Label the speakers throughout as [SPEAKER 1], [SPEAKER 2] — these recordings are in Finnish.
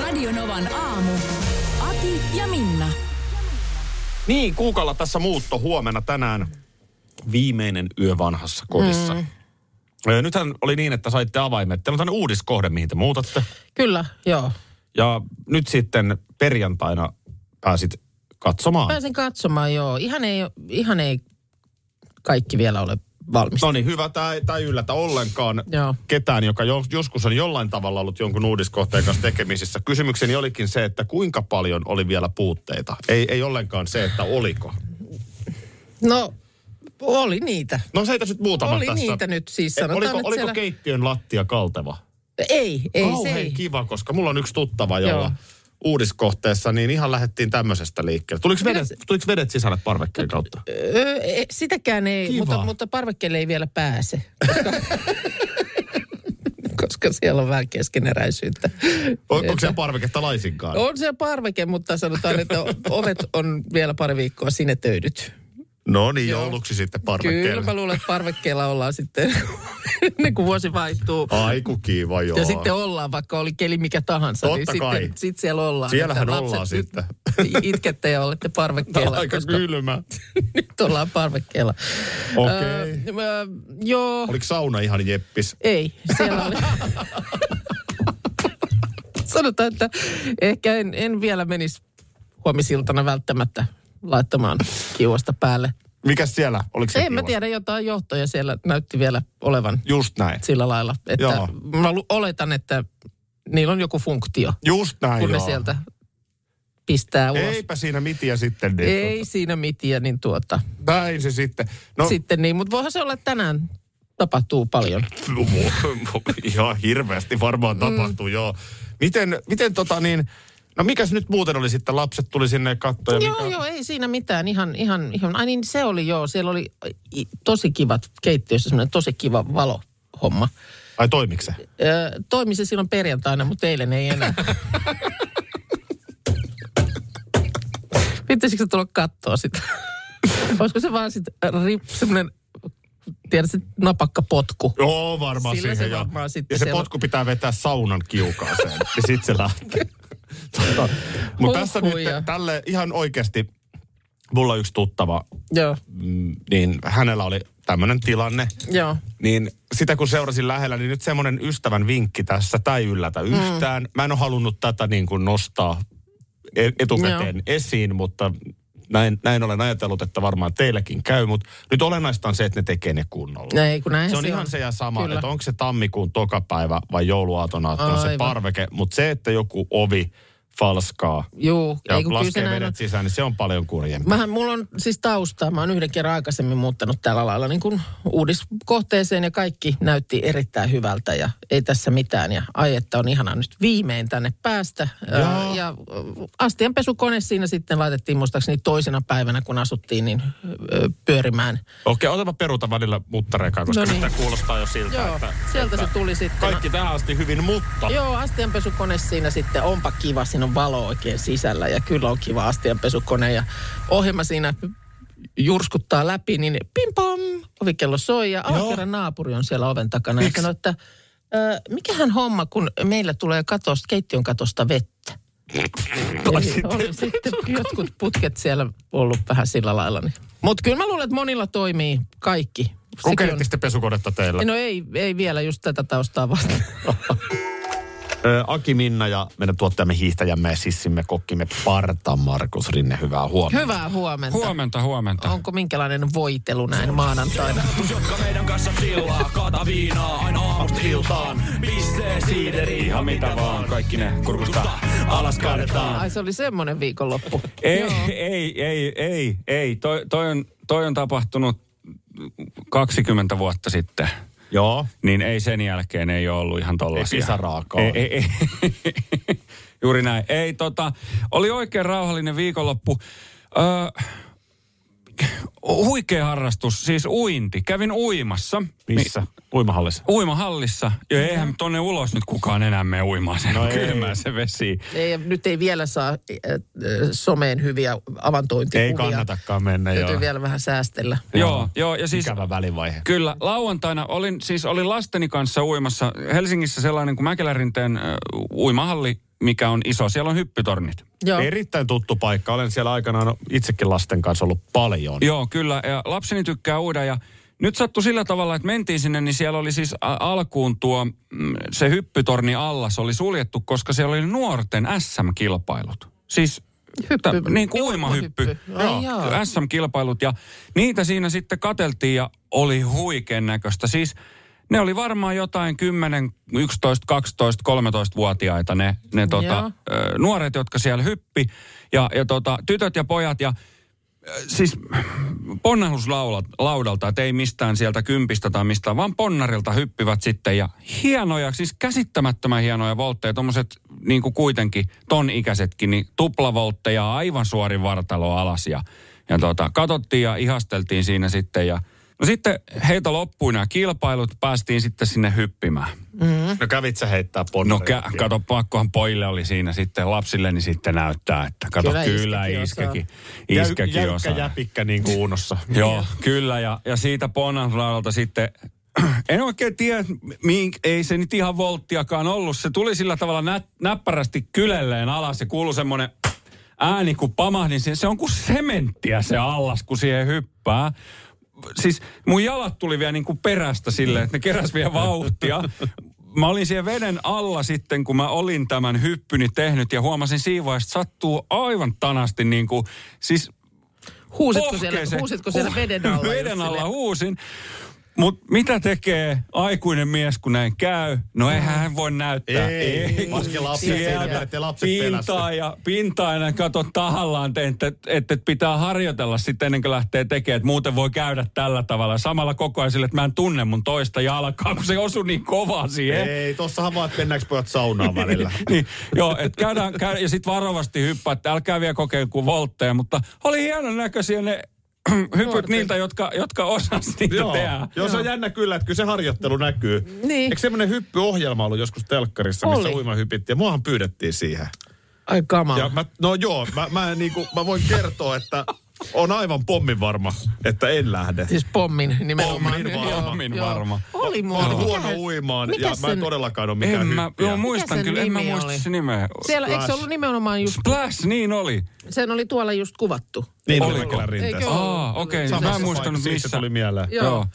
[SPEAKER 1] Radionovan aamu. Ati ja Minna.
[SPEAKER 2] Niin, kuukalla tässä muutto huomenna tänään viimeinen yö vanhassa kodissa. Mm. Nythän oli niin, että saitte avaimet. Teillä on tämmöinen uudiskohde, mihin te muutatte.
[SPEAKER 3] Kyllä, joo.
[SPEAKER 2] Ja nyt sitten perjantaina pääsit katsomaan.
[SPEAKER 3] Pääsin katsomaan, joo. Ihan ei, ihan ei kaikki vielä ole valmista.
[SPEAKER 2] No niin, hyvä. Tämä ei, tää ei yllätä ollenkaan
[SPEAKER 3] Joo.
[SPEAKER 2] ketään, joka jo, joskus on jollain tavalla ollut jonkun uudiskohteen kanssa tekemisissä. Kysymykseni olikin se, että kuinka paljon oli vielä puutteita. Ei, ei ollenkaan se, että oliko.
[SPEAKER 3] No, oli niitä.
[SPEAKER 2] No se ei tässä nyt muutama
[SPEAKER 3] Oli
[SPEAKER 2] tässä.
[SPEAKER 3] niitä nyt siis,
[SPEAKER 2] Et
[SPEAKER 3] sanotaan,
[SPEAKER 2] oliko,
[SPEAKER 3] että
[SPEAKER 2] oliko
[SPEAKER 3] siellä-
[SPEAKER 2] keittiön lattia kalteva?
[SPEAKER 3] Ei, ei se
[SPEAKER 2] Kauhean
[SPEAKER 3] ei.
[SPEAKER 2] kiva, koska mulla on yksi tuttava, jolla
[SPEAKER 3] Joo.
[SPEAKER 2] uudiskohteessa, niin ihan lähdettiin tämmöisestä liikkeelle. Tuliko vedet, tuliko vedet sisälle parvekkeen kautta?
[SPEAKER 3] Öö, e- sitäkään ei,
[SPEAKER 2] Kiva.
[SPEAKER 3] mutta, mutta parvekkeelle ei vielä pääse. Koska, koska siellä on vähän keskeneräisyyttä.
[SPEAKER 2] On, onko
[SPEAKER 3] Että-
[SPEAKER 2] siellä parveketta laisinkaan?
[SPEAKER 3] On se parveke, mutta sanotaan, että o- ovet on vielä pari viikkoa sinetöidyt.
[SPEAKER 2] No niin,
[SPEAKER 3] Joo.
[SPEAKER 2] jouluksi sitten
[SPEAKER 3] Kyllä
[SPEAKER 2] parvekkeelle.
[SPEAKER 3] mä luulen, että parvekkeella ollaan sitten, ennen kuin vuosi vaihtuu.
[SPEAKER 2] Aiku kiva, joo.
[SPEAKER 3] Ja sitten ollaan, vaikka oli keli mikä tahansa,
[SPEAKER 2] Totta
[SPEAKER 3] niin
[SPEAKER 2] kai.
[SPEAKER 3] sitten sit siellä ollaan.
[SPEAKER 2] Siellähän
[SPEAKER 3] Että lapset,
[SPEAKER 2] ollaan
[SPEAKER 3] nyt
[SPEAKER 2] sitten.
[SPEAKER 3] Itkette ja olette
[SPEAKER 2] Tää on
[SPEAKER 3] parvekkeella,
[SPEAKER 2] aika
[SPEAKER 3] koska
[SPEAKER 2] kylmä.
[SPEAKER 3] nyt ollaan parvekkeella.
[SPEAKER 2] Okei.
[SPEAKER 3] Öö, öö, joo,
[SPEAKER 2] Oliko sauna ihan jeppis?
[SPEAKER 3] ei, siellä oli. Sanotaan, että ehkä en, en vielä menisi huomisiltana välttämättä laittamaan kiuosta päälle.
[SPEAKER 2] Mikäs siellä? Oliko se
[SPEAKER 3] en mä
[SPEAKER 2] kiva?
[SPEAKER 3] tiedä, jotain johtoja siellä näytti vielä olevan
[SPEAKER 2] Just näin.
[SPEAKER 3] sillä lailla. Että
[SPEAKER 2] Joo.
[SPEAKER 3] Mä lu- oletan, että niillä on joku funktio,
[SPEAKER 2] Just näin,
[SPEAKER 3] kun ne
[SPEAKER 2] joo.
[SPEAKER 3] sieltä pistää ulos. Ei,
[SPEAKER 2] Eipä siinä mitiä sitten. Niin.
[SPEAKER 3] Ei siinä mitään, niin tuota.
[SPEAKER 2] Näin se sitten. No,
[SPEAKER 3] No. Sitten niin, mutta voihan se olla, että tänään tapahtuu paljon.
[SPEAKER 2] ihan hirveästi
[SPEAKER 3] Mm.
[SPEAKER 2] varmaan tapahtuu, joo. Miten, miten tota niin, no mikäs nyt muuten oli sitten, lapset tuli sinne kattoon ja
[SPEAKER 3] joo,
[SPEAKER 2] mikä...
[SPEAKER 3] joo, ei siinä mitään. Ihan, ihan, ihan. Ai niin, se oli joo. Siellä oli i- tosi kivat keittiössä, semmoinen tosi kiva valohomma.
[SPEAKER 2] Ai toimiko se?
[SPEAKER 3] Ö, toimi se silloin perjantaina, mutta eilen ei enää. Pitäisikö se tulla kattoa sitä? Olisiko se vaan sit rip, semmoinen, tiedät se napakka potku.
[SPEAKER 2] Joo, varmaan
[SPEAKER 3] Sillä
[SPEAKER 2] siihen.
[SPEAKER 3] se
[SPEAKER 2] joo.
[SPEAKER 3] varmaan sitten
[SPEAKER 2] ja se
[SPEAKER 3] siellä-
[SPEAKER 2] potku pitää vetää saunan kiukaaseen, ja sit se lähtee. Tota, Mutta tässä nyt
[SPEAKER 3] Huhhuja.
[SPEAKER 2] tälle ihan oikeasti, mulla on yksi tuttava,
[SPEAKER 3] Joo,
[SPEAKER 2] mm, niin hänellä oli tämmöinen tilanne,
[SPEAKER 3] joo.
[SPEAKER 2] niin sitä kun seurasin lähellä, niin nyt semmoinen ystävän vinkki tässä, tai yllätä
[SPEAKER 3] Mm.
[SPEAKER 2] yhtään. Mä en ole halunnut tätä niin kuin nostaa e- etukäteen esiin, mutta näin, näin olen ajatellut, että varmaan teilläkin käy, mutta nyt olennaista on se, että ne tekee ne kunnolla.
[SPEAKER 3] No Ei, kun näin
[SPEAKER 2] Se on ihan se ja sama,
[SPEAKER 3] Kyllä.
[SPEAKER 2] että onko se tammikuun tokapäivä vai jouluaatona, että on se
[SPEAKER 3] Aivan.
[SPEAKER 2] parveke. Mutta se, että joku ovi falskaa
[SPEAKER 3] Juu,
[SPEAKER 2] ja
[SPEAKER 3] ei kun kyllä se
[SPEAKER 2] laskee
[SPEAKER 3] näin on.
[SPEAKER 2] vedet sisään, niin se on paljon kurjempaa.
[SPEAKER 3] Mähän, mulla on siis taustaa. Mä oon yhden kerran aikaisemmin muuttanut tällä lailla niin kuin uudiskohteeseen ja kaikki näytti erittäin hyvältä ja ei tässä mitään. Ja ai, että on ihana nyt viimein tänne päästä. Ö,
[SPEAKER 2] Joo.
[SPEAKER 3] Ja ö, astianpesukone siinä sitten laitettiin muistaakseni toisena päivänä, kun asuttiin, niin ö, pyörimään.
[SPEAKER 2] Okei, otapa peruta välillä muttarekaa, koska
[SPEAKER 3] No
[SPEAKER 2] no
[SPEAKER 3] niin.
[SPEAKER 2] niin. kuulostaa jo siltä,
[SPEAKER 3] Joo,
[SPEAKER 2] että...
[SPEAKER 3] sieltä
[SPEAKER 2] että
[SPEAKER 3] se tuli sitten.
[SPEAKER 2] Kaikki tähän asti hyvin, mutta...
[SPEAKER 3] Joo, astianpesukone siinä sitten, onpa kiva, siinä on valo oikein sisällä ja kyllä on kiva astianpesukone ja ohjelma siinä jurskuttaa läpi, niin pim pam, ovikello soi ja alakerran naapuri on siellä oven takana ja sanoo, että ö, mikähän homma, kun meillä tulee katosta, keittiön katosta vettä. Eli oli sitten jotkut putket siellä ollut vähän sillä lailla. Niin. Mutta kyllä mä luulen, että monilla toimii kaikki. Sekin on-
[SPEAKER 2] Kokeiltiin sitten pesukonetta teillä.
[SPEAKER 3] No ei, ei vielä just tätä taustaa vastaan.
[SPEAKER 2] Ö, Aki Minna ja meidän tuottajamme, hiihtäjämme ja sissimme, kokkimme Parta Markus Rinne, hyvää huomenta.
[SPEAKER 3] Hyvää huomenta.
[SPEAKER 4] Huomenta, huomenta.
[SPEAKER 3] Onko minkälainen voitelu näin maanantaina?
[SPEAKER 5] jotka meidän kanssa chillaa. Kata viinaa aina aamusta iltaan. Pissee, siideri, ihan mitä vaan. Kaikki ne kurkusta alas kaadetaan.
[SPEAKER 3] Ai se oli semmoinen viikonloppu.
[SPEAKER 4] Ei, ei, ei, ei, ei. Toi, toi, on, toi on tapahtunut 20 vuotta sitten.
[SPEAKER 2] Joo.
[SPEAKER 4] Niin ei sen jälkeen ei ole ollut ihan tollasia.
[SPEAKER 2] Ei pisaraakaan.
[SPEAKER 4] Ei, ei, ei. Juuri näin. Ei tota, oli oikein rauhallinen viikonloppu. Öö, huikea harrastus, siis uinti. Kävin uimassa.
[SPEAKER 2] Missä? Uimahallissa.
[SPEAKER 4] Uimahallissa. Ja eihän tonne ulos nyt kukaan enää mene uimaan sen no kylmää se vesi.
[SPEAKER 3] Ei, nyt ei vielä saa äh, äh, someen hyviä avantointikuvia.
[SPEAKER 2] Ei kannatakaan mennä,
[SPEAKER 3] Täytyy
[SPEAKER 2] joo.
[SPEAKER 3] vielä vähän säästellä.
[SPEAKER 4] Joo, joo. Ja siis
[SPEAKER 2] Ikävä välivaihe.
[SPEAKER 4] Kyllä, lauantaina olin, siis olin lasteni kanssa uimassa Helsingissä sellainen kuin Mäkelärinteen äh, uimahalli, mikä on iso. Siellä on hyppytornit.
[SPEAKER 3] Joo.
[SPEAKER 2] Erittäin tuttu paikka. Olen siellä aikanaan itsekin lasten kanssa ollut paljon.
[SPEAKER 4] Joo, kyllä. Ja lapseni tykkää uida ja nyt sattui sillä tavalla, että mentiin sinne, niin siellä oli siis a- alkuun tuo, mm, se hyppytorni alla, se oli suljettu, koska siellä oli nuorten SM-kilpailut. Siis
[SPEAKER 3] Hyppy-
[SPEAKER 4] tä- niin kuin uimahyppy.
[SPEAKER 3] Ai joo.
[SPEAKER 4] SM-kilpailut ja niitä siinä sitten kateltiin ja oli huikean näköistä. Siis ne oli varmaan jotain 10, 11, 12, 13-vuotiaita ne, ne
[SPEAKER 3] Joo.
[SPEAKER 4] tota, ö, nuoret, jotka siellä hyppi ja, ja tota, tytöt ja pojat ja ö, siis ponnahduslaudalta, että ei mistään sieltä kympistä tai mistään, vaan ponnarilta hyppivät sitten ja hienoja, siis käsittämättömän hienoja voltteja, tommoset niin kuin kuitenkin ton ikäisetkin, niin tuplavoltteja aivan suorin vartalo alas ja, ja tota, katsottiin ja ihasteltiin siinä sitten ja No sitten heitä loppui nämä kilpailut, päästiin sitten sinne hyppimään.
[SPEAKER 2] No kävit sä heittää
[SPEAKER 4] No
[SPEAKER 2] ponnaria?
[SPEAKER 4] kä- kato, pakkohan pojille oli siinä sitten, lapsille niin sitten näyttää, että kato,
[SPEAKER 3] Kyllä
[SPEAKER 4] kyllä,
[SPEAKER 3] iskäkin
[SPEAKER 4] iskäkin,
[SPEAKER 2] Jäy-
[SPEAKER 4] iskäkin
[SPEAKER 2] jäykkä
[SPEAKER 4] osaa.
[SPEAKER 2] jäpikkä niin kuin Uunossa.
[SPEAKER 4] Joo, kyllä. Ja, ja siitä Ponanraadalta sitten, en oikein tiedä, mink, ei se nyt ihan volttiakaan ollut. Se tuli sillä tavalla nä, näppärästi kylelleen alas ja kuului semmoinen ääni, kun pamahdin siihen. Se on kuin sementtiä se allas, kun siihen hyppää. Siis mun jalat tuli vielä niin kuin perästä silleen, että ne keräs vielä vauhtia. Mä olin siellä veden alla sitten, kun mä olin tämän hyppyni tehnyt ja huomasin siivoa, että sattuu aivan tanasti niin kuin, siis
[SPEAKER 3] Huusitko siellä,
[SPEAKER 4] Pohkeeseen.
[SPEAKER 3] huusitko siellä
[SPEAKER 4] Huh,
[SPEAKER 3] veden alla?
[SPEAKER 4] Veden
[SPEAKER 3] just
[SPEAKER 4] alla
[SPEAKER 3] silleen?
[SPEAKER 4] huusin. Mutta mitä tekee aikuinen mies, kun näin käy? No eihän hän voi näyttää.
[SPEAKER 2] Ei, varsinkin lapset ei näytä, ettei lapset
[SPEAKER 4] pintaa
[SPEAKER 2] pelästy.
[SPEAKER 4] ja, pintaa ja kato tahallaan, te- että, että, että pitää harjoitella sitten ennen kuin lähtee tekemään, että muuten voi käydä tällä tavalla. Samalla koko ajan sille, että mä en tunne mun toista jalkaa, kun se osui niin kovaa siihen.
[SPEAKER 2] Ei, tossahan vaan, että mennäänkö pojat saunaan välillä.
[SPEAKER 4] niin, joo, et käydään, käydään, ja sitten varovasti hyppää, että älkää vielä kokeilko voltteja, mutta oli hienon näköisiä ne hypyt niiltä, jotka, jotka osas niitä
[SPEAKER 2] Joo.
[SPEAKER 4] tehdä.
[SPEAKER 2] Joo, se on jännä kyllä, että kyllä se harjoittelu näkyy.
[SPEAKER 3] Niin.
[SPEAKER 2] Eikö semmoinen hyppyohjelma ollut joskus telkkarissa, missä
[SPEAKER 3] Oli.
[SPEAKER 2] uimahypit, ja muahan pyydettiin siihen.
[SPEAKER 3] Ai
[SPEAKER 4] Ah.
[SPEAKER 3] kamala.
[SPEAKER 2] Ja mä, no joo, mä, mä, niinku, mä voin kertoa, että on aivan pommin varma, että en lähde.
[SPEAKER 3] Siis pommin nimenomaan.
[SPEAKER 2] Pommin varma.
[SPEAKER 4] Pommin
[SPEAKER 3] joo.
[SPEAKER 4] varma.
[SPEAKER 3] Oli
[SPEAKER 2] Mä oon
[SPEAKER 3] muuten.
[SPEAKER 2] huono uimaan
[SPEAKER 3] mikä
[SPEAKER 2] ja mä en
[SPEAKER 3] sen-
[SPEAKER 2] todellakaan ole
[SPEAKER 4] En
[SPEAKER 2] mikään
[SPEAKER 4] mä,
[SPEAKER 2] hyppiä.
[SPEAKER 4] joo, muistan
[SPEAKER 3] sen
[SPEAKER 4] kyllä, en mä
[SPEAKER 3] nimi
[SPEAKER 4] muista
[SPEAKER 3] oli?
[SPEAKER 4] sen nimeä.
[SPEAKER 3] Siellä, eikö se ollut nimenomaan just,
[SPEAKER 4] Splash, niin oli.
[SPEAKER 3] sen oli tuolla just kuvattu. No
[SPEAKER 2] Niin
[SPEAKER 4] Oliko?
[SPEAKER 2] oli kyllä rinteessä.
[SPEAKER 3] Eikö ollut?
[SPEAKER 4] Aa, okei,
[SPEAKER 3] Samassa
[SPEAKER 4] mä en muistanut
[SPEAKER 2] Siitä
[SPEAKER 4] missä.
[SPEAKER 2] tuli mieleen.
[SPEAKER 3] Joo. niin.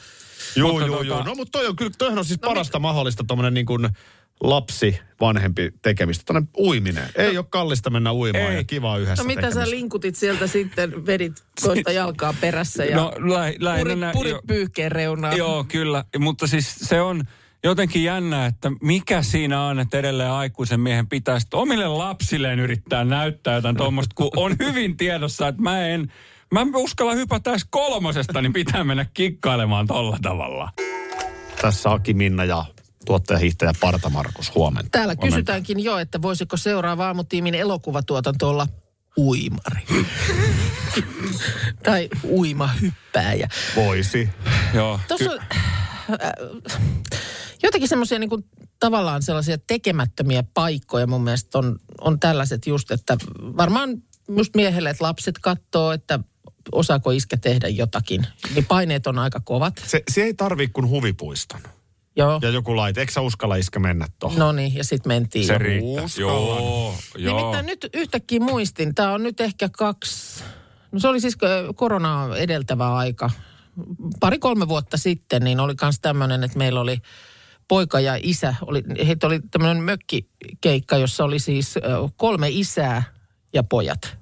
[SPEAKER 2] Joo,
[SPEAKER 4] Joo. Mutta
[SPEAKER 2] joo,
[SPEAKER 4] tota-
[SPEAKER 2] joo. No, mutta toi on kyllä, toihan on siis no, parasta mit... mahdollista tommonen niin kuin lapsi, vanhempi tekemistä. Tuonne uiminen. Ei ole kallista mennä uimaan
[SPEAKER 4] Ei.
[SPEAKER 2] ja kivaa yhdessä
[SPEAKER 3] No mitä sä
[SPEAKER 2] tekemistä.
[SPEAKER 3] linkutit sieltä sitten, vedit toista jalkaa perässä ja
[SPEAKER 4] No,
[SPEAKER 3] no,
[SPEAKER 4] lä- lähinnä
[SPEAKER 3] purit,
[SPEAKER 4] nä-
[SPEAKER 3] purit
[SPEAKER 4] jo-
[SPEAKER 3] pyyhkeen reunaa.
[SPEAKER 4] Joo, kyllä. Mutta siis se on jotenkin jännä, että mikä siinä on, että edelleen aikuisen miehen pitäisi omille lapsilleen yrittää näyttää jotain tuommoista, kun on hyvin tiedossa, että mä en, mä en uskalla hypätä edes kolmosesta, niin pitää mennä kikkailemaan tolla tavalla.
[SPEAKER 2] Tässä Aki Minna ja tuottaja, hiihtäjä Parta Markus, huomenta.
[SPEAKER 3] Täällä kysytäänkin jo, että voisiko seuraava aamutiimin elokuvatuotanto olla uimari. tai uimahyppääjä.
[SPEAKER 2] Voisi.
[SPEAKER 4] Joo,
[SPEAKER 3] Tuossa on äh, jotakin semmoisia niin kuin, tavallaan sellaisia tekemättömiä paikkoja mun mielestä on, on tällaiset just, että varmaan just miehelle, että lapset katsoo, että osaako iskä tehdä jotakin. Niin paineet on aika kovat.
[SPEAKER 2] Se, se ei tarvii kuin huvipuiston.
[SPEAKER 3] Joo.
[SPEAKER 2] Ja joku laite, eikö sä uskalla iskä mennä tuohon?
[SPEAKER 3] No niin, ja sitten mentiin.
[SPEAKER 4] se
[SPEAKER 3] jo.
[SPEAKER 4] riittää. Joo, joo.
[SPEAKER 3] Nimittäin Niin nyt yhtäkkiä muistin, tämä on nyt ehkä kaksi, no se oli siis ö, koronaa edeltävä aika. Pari-kolme vuotta sitten niin oli myös tämmöinen, että meillä oli poika ja isä, oli, heitä oli tämmöinen mökkikeikka, jossa oli siis ö, kolme isää ja pojat.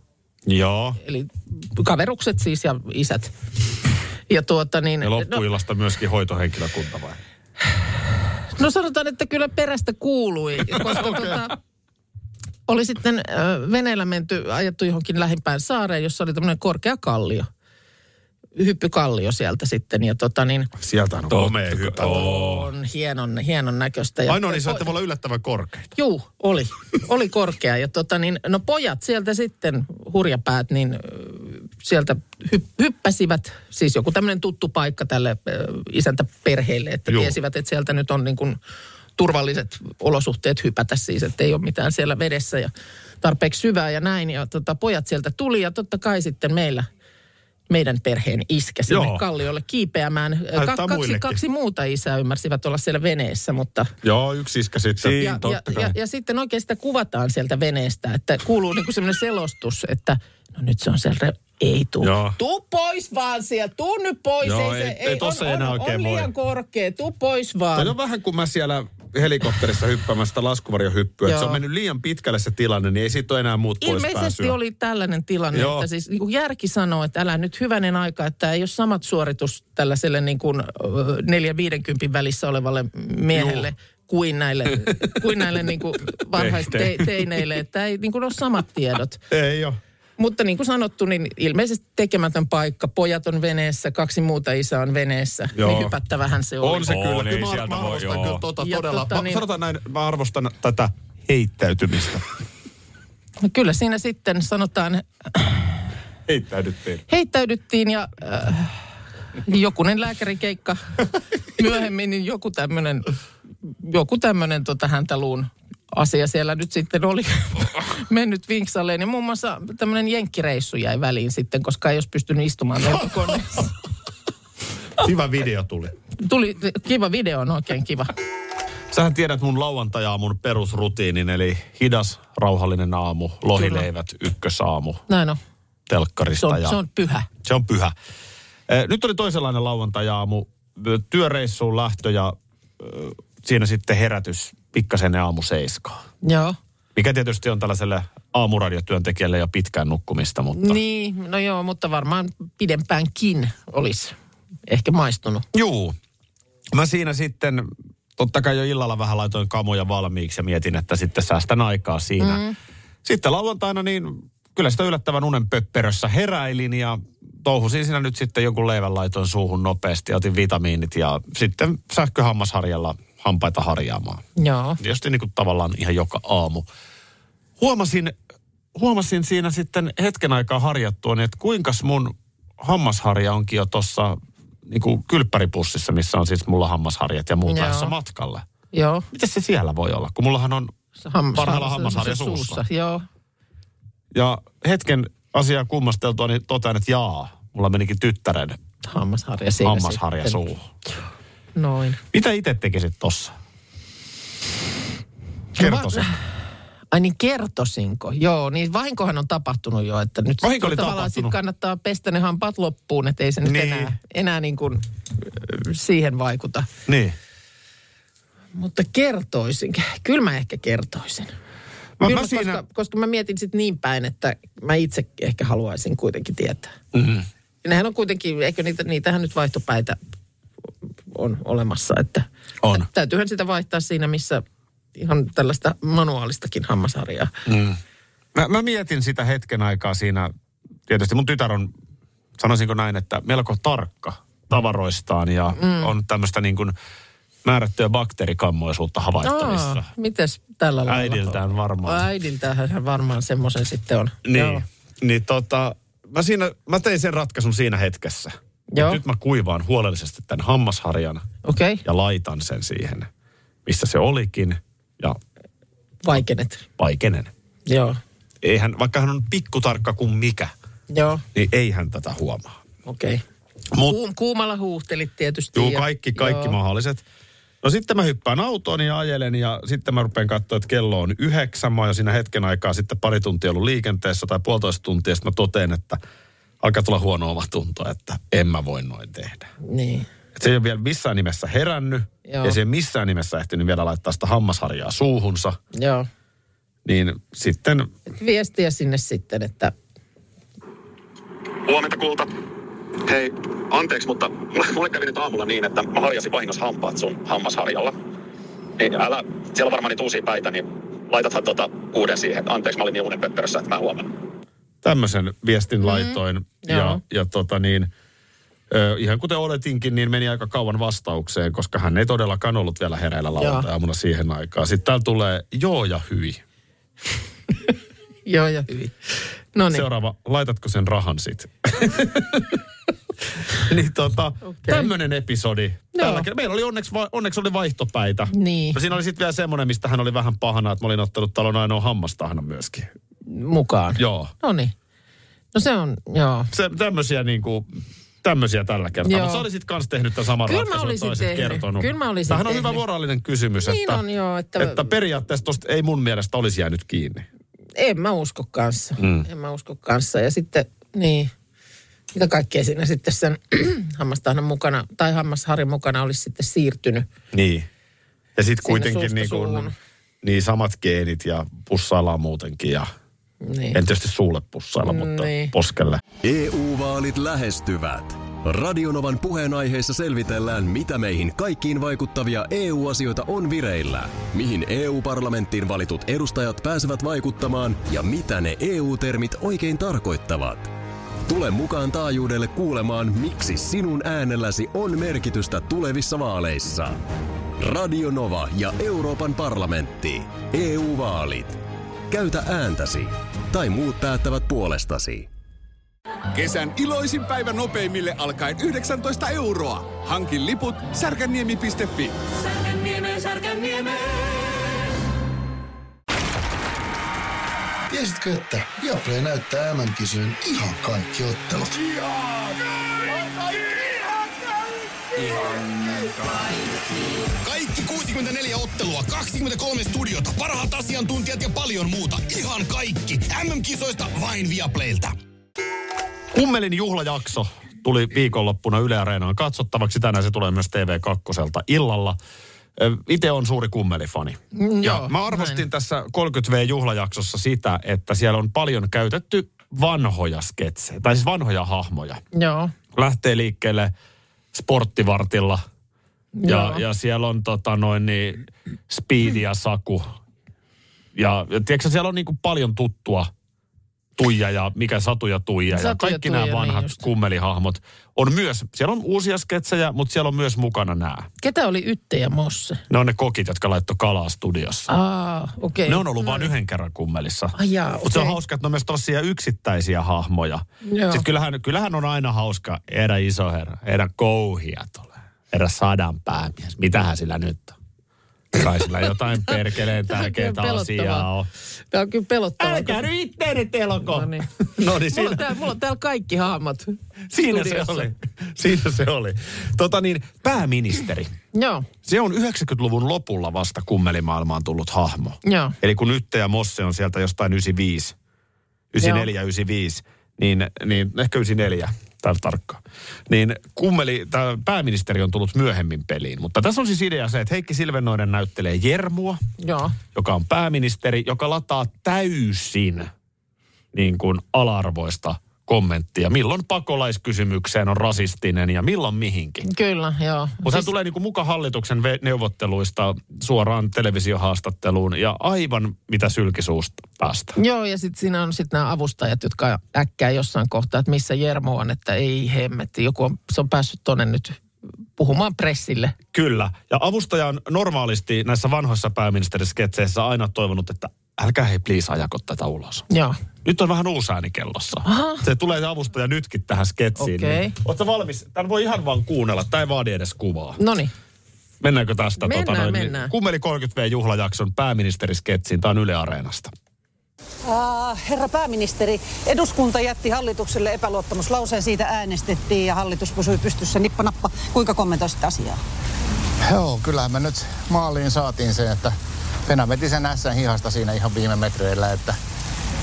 [SPEAKER 2] Joo.
[SPEAKER 3] Eli kaverukset siis ja isät. Ja tuota niin...
[SPEAKER 2] Ja
[SPEAKER 3] no-
[SPEAKER 2] loppuillasta myöskin hoitohenkilökunta vai?
[SPEAKER 3] No sanotaan, että kyllä perästä kuului, koska tota, oli sitten ö, veneellä menty, ajettu johonkin lähimpään saareen, jossa oli tämmöinen korkea kallio. hyppykallio sieltä sitten. Ja tota niin,
[SPEAKER 2] Sieltä on komea hypätä.
[SPEAKER 3] on hienon, hienon näköistä. Ja
[SPEAKER 2] Ainoa niin saatte olla yllättävän korkeita.
[SPEAKER 3] Juu, oli. Oli korkea. Ja tota niin, no pojat sieltä sitten, hurjapäät, niin ö, sieltä hy- hyppäsivät. Siis joku tämmöinen tuttu paikka tälle ö, isäntäperheelle, että
[SPEAKER 2] Juu.
[SPEAKER 3] Juu. tiesivät, että sieltä nyt on niin kuin turvalliset olosuhteet hypätä siis, että ei ole mitään siellä vedessä ja tarpeeksi syvää ja näin. Ja tota, pojat sieltä tuli ja totta kai sitten meillä meidän perheen iskä sinne
[SPEAKER 2] Joo.
[SPEAKER 3] Joo. kalliolle kiipeämään. Ö,
[SPEAKER 2] Näyttää
[SPEAKER 3] kaksi,
[SPEAKER 2] muillekin.
[SPEAKER 3] kaksi muuta isää ymmärsivät olla siellä veneessä, mutta
[SPEAKER 2] Joo, yksi iskä sitten.
[SPEAKER 4] Siin-
[SPEAKER 2] Si-
[SPEAKER 4] Niin,
[SPEAKER 3] ja,
[SPEAKER 4] totta
[SPEAKER 3] ja,
[SPEAKER 4] kai.
[SPEAKER 3] ja, ja sitten oikein sitä kuvataan sieltä veneestä, että kuuluu niinku semmoinen selostus, että no nyt se on siellä, re- ei tuu.
[SPEAKER 2] Joo.
[SPEAKER 3] Tuu pois vaan sieltä, tuu nyt pois.
[SPEAKER 2] Joo,
[SPEAKER 3] ei, se,
[SPEAKER 2] ei- ei tossa
[SPEAKER 3] on,
[SPEAKER 2] ei enää
[SPEAKER 3] on,
[SPEAKER 2] oikein
[SPEAKER 3] on
[SPEAKER 2] voi.
[SPEAKER 3] liian korkea, tuu pois vaan.
[SPEAKER 2] Toi on vähän kuin mä siellä helikopterissa hyppäämästä laskuvarjohyppyä. että Se on
[SPEAKER 3] Joo.
[SPEAKER 2] mennyt liian pitkälle se tilanne, niin ei siitä ole enää muut pois
[SPEAKER 3] Ilmeisesti
[SPEAKER 2] pääsyä.
[SPEAKER 3] oli tällainen tilanne,
[SPEAKER 2] Joo.
[SPEAKER 3] Joo. että siis niin kuin järki sanoo, että älä nyt hyvänen aika, että tämä ei ole samat suoritus tällaiselle niin kuin ö, 4-50 välissä olevalle miehelle. kuin näille, kuin näille niin kuin varhaisteineille, että ei niin kuin ole samat tiedot.
[SPEAKER 2] Ei ole.
[SPEAKER 3] Mutta niin kuin sanottu, niin ilmeisesti tekemätön paikka. Pojat on veneessä, kaksi muuta isää on veneessä.
[SPEAKER 2] Joo.
[SPEAKER 3] Joo. Niin hypättävähän se oli.
[SPEAKER 2] On se
[SPEAKER 4] On,
[SPEAKER 2] kyllä.
[SPEAKER 4] ei
[SPEAKER 2] kyllä mä,
[SPEAKER 4] sieltä
[SPEAKER 2] mä
[SPEAKER 4] voi,
[SPEAKER 2] arvostan
[SPEAKER 4] joo.
[SPEAKER 2] kyllä tota
[SPEAKER 3] Ja
[SPEAKER 2] todella.
[SPEAKER 3] tota
[SPEAKER 2] mä,
[SPEAKER 3] niin-
[SPEAKER 2] Sanotaan näin, mä arvostan tätä heittäytymistä.
[SPEAKER 3] No kyllä siinä sitten sanotaan,
[SPEAKER 2] Heittäydyttiin.
[SPEAKER 3] heittäydyttiin ja äh, jokunen lääkärikeikka myöhemmin, niin joku tämmöinen joku tämmönen tota häntäluun asia siellä nyt sitten oli mennyt vinksalleen. Ja muun muassa tämmöinen jenkkireissu jäi väliin sitten, koska ei olisi pystynyt istumaan lentokoneessa.
[SPEAKER 2] Hyvä video tuli.
[SPEAKER 3] Tuli kiva video, on oikein kiva.
[SPEAKER 2] Sähän tiedät mun lauantajaa mun perusrutiinin, eli hidas, rauhallinen aamu, lohileivät, ykkösaamu
[SPEAKER 3] Näin on. Se
[SPEAKER 2] telkkarista.
[SPEAKER 3] on,
[SPEAKER 2] ja
[SPEAKER 3] se on pyhä.
[SPEAKER 2] se on pyhä. Eh, Nyt oli toisenlainen lauantajaamu, Ö, työreissuun lähtö ja ö, siinä sitten herätys pikkasen aamu seiskaan.
[SPEAKER 3] Joo.
[SPEAKER 2] Mikä tietysti on tällaiselle aamuradiotyöntekijälle jo pitkään nukkumista, mutta...
[SPEAKER 3] Niin, no joo, mutta varmaan pidempäänkin olisi ehkä maistunut.
[SPEAKER 2] Juu. Mä siinä sitten, totta kai jo illalla vähän laitoin kamoja valmiiksi ja mietin, että sitten säästän aikaa siinä. Mm. Sitten lauantaina niin kyllä sitä yllättävän unen pöpperössä heräilin ja touhusin siinä nyt sitten joku leivän laitoin suuhun nopeasti ja otin vitamiinit ja sitten sähköhammasharjalla hampaita harjaamaan.
[SPEAKER 3] Joo.
[SPEAKER 2] Tietysti niin kuin tavallaan ihan joka aamu. Huomasin, huomasin siinä sitten hetken aikaa harjattua, että kuinkas mun hammasharja onkin jo tuossa niin kuin kylppäripussissa, missä on siis mulla hammasharjat ja muut
[SPEAKER 3] Joo.
[SPEAKER 2] lähdössä matkalle.
[SPEAKER 3] Joo.
[SPEAKER 2] Miten se siellä voi olla, kun mullahan on
[SPEAKER 3] Ham,
[SPEAKER 2] Parhaalla
[SPEAKER 3] ham-
[SPEAKER 2] hammasharja
[SPEAKER 3] se- se-
[SPEAKER 2] suussa.
[SPEAKER 3] Joo.
[SPEAKER 2] ja hetken asiaa kummasteltua, niin totean, että jaa, mulla menikin tyttären
[SPEAKER 3] Hammasharja siinä
[SPEAKER 2] hammasharja
[SPEAKER 3] sitten.
[SPEAKER 2] suuhun.
[SPEAKER 3] Noin.
[SPEAKER 2] Mitä itse tekisit tossa? Kertoisin.
[SPEAKER 3] Ai niin kertosinko? Joo, niin vahinkohan on tapahtunut jo, että nyt
[SPEAKER 2] Vahinko oli
[SPEAKER 3] tavallaan sit
[SPEAKER 2] tapahtunut.
[SPEAKER 3] kannattaa pestä ne hampaat loppuun, että ei se nyt
[SPEAKER 2] Niin.
[SPEAKER 3] niin. enää, enää niin kuin äh, siihen vaikuta.
[SPEAKER 2] Niin.
[SPEAKER 3] Mutta kertoisin, kyllä mä ehkä kertoisin.
[SPEAKER 2] Mä,
[SPEAKER 3] Kyllä,
[SPEAKER 2] mä siinä...
[SPEAKER 3] koska, koska mä mietin sitten niin päin, että mä itse ehkä haluaisin kuitenkin tietää. Mm-hmm. Nehän on kuitenkin, eikö niitä, niitähän nyt vaihtopäitä on olemassa, että
[SPEAKER 2] On.
[SPEAKER 3] täytyyhän sitä vaihtaa siinä, missä ihan tällaista manuaalistakin hammasarjaa.
[SPEAKER 2] Mä, mä mietin sitä hetken aikaa siinä. Tietysti mun tytär on, sanoisinko näin, että melko tarkka tavaroistaan ja mm. on tämmöistä niin kuin määrättyä bakteerikammoisuutta havaittavissa.
[SPEAKER 3] mites tällä lailla?
[SPEAKER 2] Äidiltään varmaan.
[SPEAKER 3] Äidiltähän hän varmaan semmoisen sitten on. Joo.
[SPEAKER 2] Niin, niin tota, mä, siinä, mä tein sen ratkaisun siinä hetkessä. Mut
[SPEAKER 3] Joo.
[SPEAKER 2] Nyt mä kuivaan huolellisesti tämän hammasharjan
[SPEAKER 3] Okei, okay.
[SPEAKER 2] ja laitan sen siihen, missä se olikin ja
[SPEAKER 3] vaikenet.
[SPEAKER 2] vaikenen.
[SPEAKER 3] Joo,
[SPEAKER 2] Eihän, vaikka hän on pikkutarkka kuin mikä,
[SPEAKER 3] joo,
[SPEAKER 2] niin ei hän tätä huomaa.
[SPEAKER 3] okei. Okay.
[SPEAKER 2] Mut
[SPEAKER 3] Kuum, kuumalla huuhtelit tietysti.
[SPEAKER 2] Juu,
[SPEAKER 3] ja-
[SPEAKER 2] kaikki, kaikki
[SPEAKER 3] joo.
[SPEAKER 2] mahdolliset. No sitten mä hyppään autoon ja ajelen ja sitten mä rupean katsoa, että kello on yhdeksän. Mä oon jo siinä hetken aikaa sitten pari tuntia ollut liikenteessä tai puolitoista tuntia. Sitten mä totean, että alkaa tulla huono omatunto, että en mä voi noin tehdä.
[SPEAKER 3] Niin.
[SPEAKER 2] Et se ei ole vielä missään nimessä herännyt Joo.
[SPEAKER 3] Joo.
[SPEAKER 2] ja se ei missään nimessä ehtinyt vielä laittaa sitä hammasharjaa suuhunsa.
[SPEAKER 3] Joo.
[SPEAKER 2] Niin sitten
[SPEAKER 3] Viestiä sinne sitten, että
[SPEAKER 6] Huomenta kulta. Hei, anteeksi, mutta mulle, mulle kävi nyt aamulla niin, että mä harjasin vahingossa hampaat sun hammasharjalla. Niin älä, siellä on varmaan niitä uusia päitä, niin laitathan tota uuden siihen. Anteeksi, mä olin niin unen pöppörössä, että mä en huomannut.
[SPEAKER 2] tämmöisen viestin laitoin. Mm, ja,
[SPEAKER 3] Mhm. joo.
[SPEAKER 2] ja tota niin, Ö, ihan kuten oletinkin, niin meni aika kauan vastaukseen, koska hän ei todellakaan ollut vielä hereillä lauantai-aamuna siihen aikaan. Sitten täällä tulee joo ja hyi.
[SPEAKER 3] Joo, ja hyvin. No niin.
[SPEAKER 2] Seuraava, laitatko sen rahan sit? niin tota, okay. tämmönen episodi. Tällä kertaa. Meillä oli onneksi, va- onneksi oli vaihtopäitä.
[SPEAKER 3] Niin.
[SPEAKER 2] No siinä oli sitten vielä semmoinen, mistä hän oli vähän pahana, että mä olin ottanut talon ainoa hammastahna myöskin.
[SPEAKER 3] Mukaan.
[SPEAKER 2] Joo.
[SPEAKER 3] No niin. No se on, joo.
[SPEAKER 2] Se, tämmösiä niinku, tämmösiä tällä kertaa.
[SPEAKER 3] Joo.
[SPEAKER 2] Mutta sä olisit kans tehnyt tämän saman
[SPEAKER 3] Kyllä mä
[SPEAKER 2] ratkaisun,
[SPEAKER 3] olisin
[SPEAKER 2] että olisit
[SPEAKER 3] tehnyt.
[SPEAKER 2] kertonut.
[SPEAKER 3] Kyllä mä olisin
[SPEAKER 2] Tämähän on
[SPEAKER 3] tehnyt.
[SPEAKER 2] hyvä moraalinen kysymys,
[SPEAKER 3] Niin
[SPEAKER 2] että,
[SPEAKER 3] on, joo, että-
[SPEAKER 2] että periaatteessa tosta ei mun mielestä olisi jäänyt kiinni.
[SPEAKER 3] En mä usko kanssa. Mm. En mä usko kanssa. Ja sitten, niin, mitä kaikkea siinä sitten sen hammastahnan mukana, tai hammasharin mukana olisi sitten siirtynyt.
[SPEAKER 2] Niin. Ja sitten
[SPEAKER 3] Siinä
[SPEAKER 2] kuitenkin
[SPEAKER 3] suusta
[SPEAKER 2] niin, kuin,
[SPEAKER 3] suuhun.
[SPEAKER 2] niin samat geenit ja pussaillaan muutenkin ja
[SPEAKER 3] Niin.
[SPEAKER 2] en tietysti suulle pussailla, mutta
[SPEAKER 3] Niin.
[SPEAKER 2] poskelle.
[SPEAKER 7] EU-vaalit E lähestyvät. Radionovan puheenaiheessa selvitellään, mitä meihin kaikkiin vaikuttavia EU-asioita on vireillä, mihin EU-parlamenttiin valitut edustajat pääsevät vaikuttamaan ja mitä ne EU-termit oikein tarkoittavat. Tule mukaan taajuudelle kuulemaan, miksi sinun äänelläsi on merkitystä tulevissa vaaleissa. Radio Nova ja Euroopan parlamentti. EU-vaalit. Käytä ääntäsi. Tai muut päättävät puolestasi.
[SPEAKER 8] Kesän iloisin päivä nopeimille alkaen 19 euroa. Hankin liput särkänniemi.fi.
[SPEAKER 9] Tiesitkö, että Viaplay näyttää MM-kisojen ihan kaikki ottelut?
[SPEAKER 8] Kaikki 64 ottelua, 23 studiota, parhaat asiantuntijat ja paljon muuta. Ihan kaikki. MM-kisoista vain Viaplaylta.
[SPEAKER 2] Kummelin juhlajakso tuli viikonloppuna Yle Areenaan katsottavaksi. Tänään se tulee myös TV2 illalla. Itse on suuri kummelifani.
[SPEAKER 3] Mm,
[SPEAKER 2] ja
[SPEAKER 3] joo,
[SPEAKER 2] mä arvostin
[SPEAKER 3] näin.
[SPEAKER 2] tässä 30V-juhlajaksossa sitä, että siellä on paljon käytetty vanhoja sketsejä, tai siis vanhoja hahmoja.
[SPEAKER 3] Joo.
[SPEAKER 2] Lähtee liikkeelle sporttivartilla ja,
[SPEAKER 3] Joo.
[SPEAKER 2] ja siellä on tota noin niin, Speed ja Saku. Ja, ja tiedätkö, siellä on niin kuin paljon tuttua Tuija ja mikä Satu ja Tuija ja
[SPEAKER 3] Satu ja
[SPEAKER 2] kaikki
[SPEAKER 3] Tuija,
[SPEAKER 2] nämä vanhat
[SPEAKER 3] niin
[SPEAKER 2] niin
[SPEAKER 3] just.
[SPEAKER 2] kummelihahmot. On myös, siellä on uusia sketsejä, mutta siellä on myös mukana nämä.
[SPEAKER 3] Ketä oli Ytte ja Mosse?
[SPEAKER 2] Ne on ne kokit, jotka laittoi kalaa studiossa.
[SPEAKER 3] Aa, okei. No niin.
[SPEAKER 2] Ne on ollut vain yhden kerran kummelissa.
[SPEAKER 3] Ai jaa,
[SPEAKER 2] Mutta se on
[SPEAKER 3] okei.
[SPEAKER 2] hauska, että ne on myös tosia yksittäisiä hahmoja.
[SPEAKER 3] Joo.
[SPEAKER 2] Sitten kyllähän, kyllähän on aina hauska, erä iso herra, erä kouhia tulee, erä sadan päämies. Mitähän sillä nyt on? Kai sillä jotain perkeleen
[SPEAKER 3] Tää on
[SPEAKER 2] tärkeää
[SPEAKER 3] kyllä pelottavaa.
[SPEAKER 2] asiaa on.
[SPEAKER 3] Tämä on kyllä pelottavaa.
[SPEAKER 2] Älkää nyt itteenne telko.
[SPEAKER 3] No niin.
[SPEAKER 2] no niin
[SPEAKER 3] Mulla
[SPEAKER 2] siinä,
[SPEAKER 3] on, täällä, mulla on täällä kaikki hahmot.
[SPEAKER 2] siinä se
[SPEAKER 3] studiossa.
[SPEAKER 2] oli. Siinä se oli. Tota niin, pääministeri.
[SPEAKER 3] Joo,
[SPEAKER 2] Se on 90-luvun lopulla vasta kummelimaailmaan tullut hahmo.
[SPEAKER 3] joo.
[SPEAKER 2] Eli kun Ytte ja Mosse on sieltä jostain 95, 94, 95, niin, niin ehkä 94, täällä tarkkaan. Niin kummeli, tämä pääministeri on tullut myöhemmin peliin. Mutta tässä on siis idea se, että Heikki Silvenoinen näyttelee Jermua,
[SPEAKER 3] Joo.
[SPEAKER 2] joka on pääministeri, joka lataa täysin niin kuin alarvoista kommenttia. Milloin pakolaiskysymykseen on rasistinen ja milloin mihinkin.
[SPEAKER 3] Kyllä, joo. Siis
[SPEAKER 2] Mutta hän tulee niinku muka hallituksen ve- neuvotteluista suoraan televisiohaastatteluun ja aivan mitä sylkisuusta päästä.
[SPEAKER 3] Joo, ja sitten siinä on sitten nämä avustajat, jotka äkkää jossain kohtaa, että missä Jermo on, että ei hemmetti. Joku on, se on päässyt tonne nyt puhumaan pressille.
[SPEAKER 2] Kyllä. Ja avustaja on normaalisti näissä vanhoissa pääministerisketseissä aina toivonut, että älkää hei please ajako tätä ulos.
[SPEAKER 3] Joo.
[SPEAKER 2] Nyt on vähän uusi ääni kellossa.
[SPEAKER 3] Aha.
[SPEAKER 2] Se tulee se avustaja nytkin tähän sketsiin.
[SPEAKER 3] Okei.
[SPEAKER 2] Niin. Oletko valmis? Tämän voi ihan vaan kuunnella. Tämä ei vaadi edes kuvaa.
[SPEAKER 3] No niin.
[SPEAKER 2] Mennäänkö tästä?
[SPEAKER 3] Mennään,
[SPEAKER 2] tota noin,
[SPEAKER 3] mennään.
[SPEAKER 2] Niin, kummeli 30V-juhlajakson pääministerisketsiin. Tämä on Yle Areenasta.
[SPEAKER 10] Ah, Herra pääministeri, eduskunta jätti hallitukselle epäluottamuslauseen, siitä äänestettiin ja hallitus pysyi pystyssä nippanappa. Kuinka kommentoisit asiaa?
[SPEAKER 9] Joo, kyllähän me nyt maaliin saatiin se, että Venä veti sen ässän hihasta siinä ihan viime metreillä, että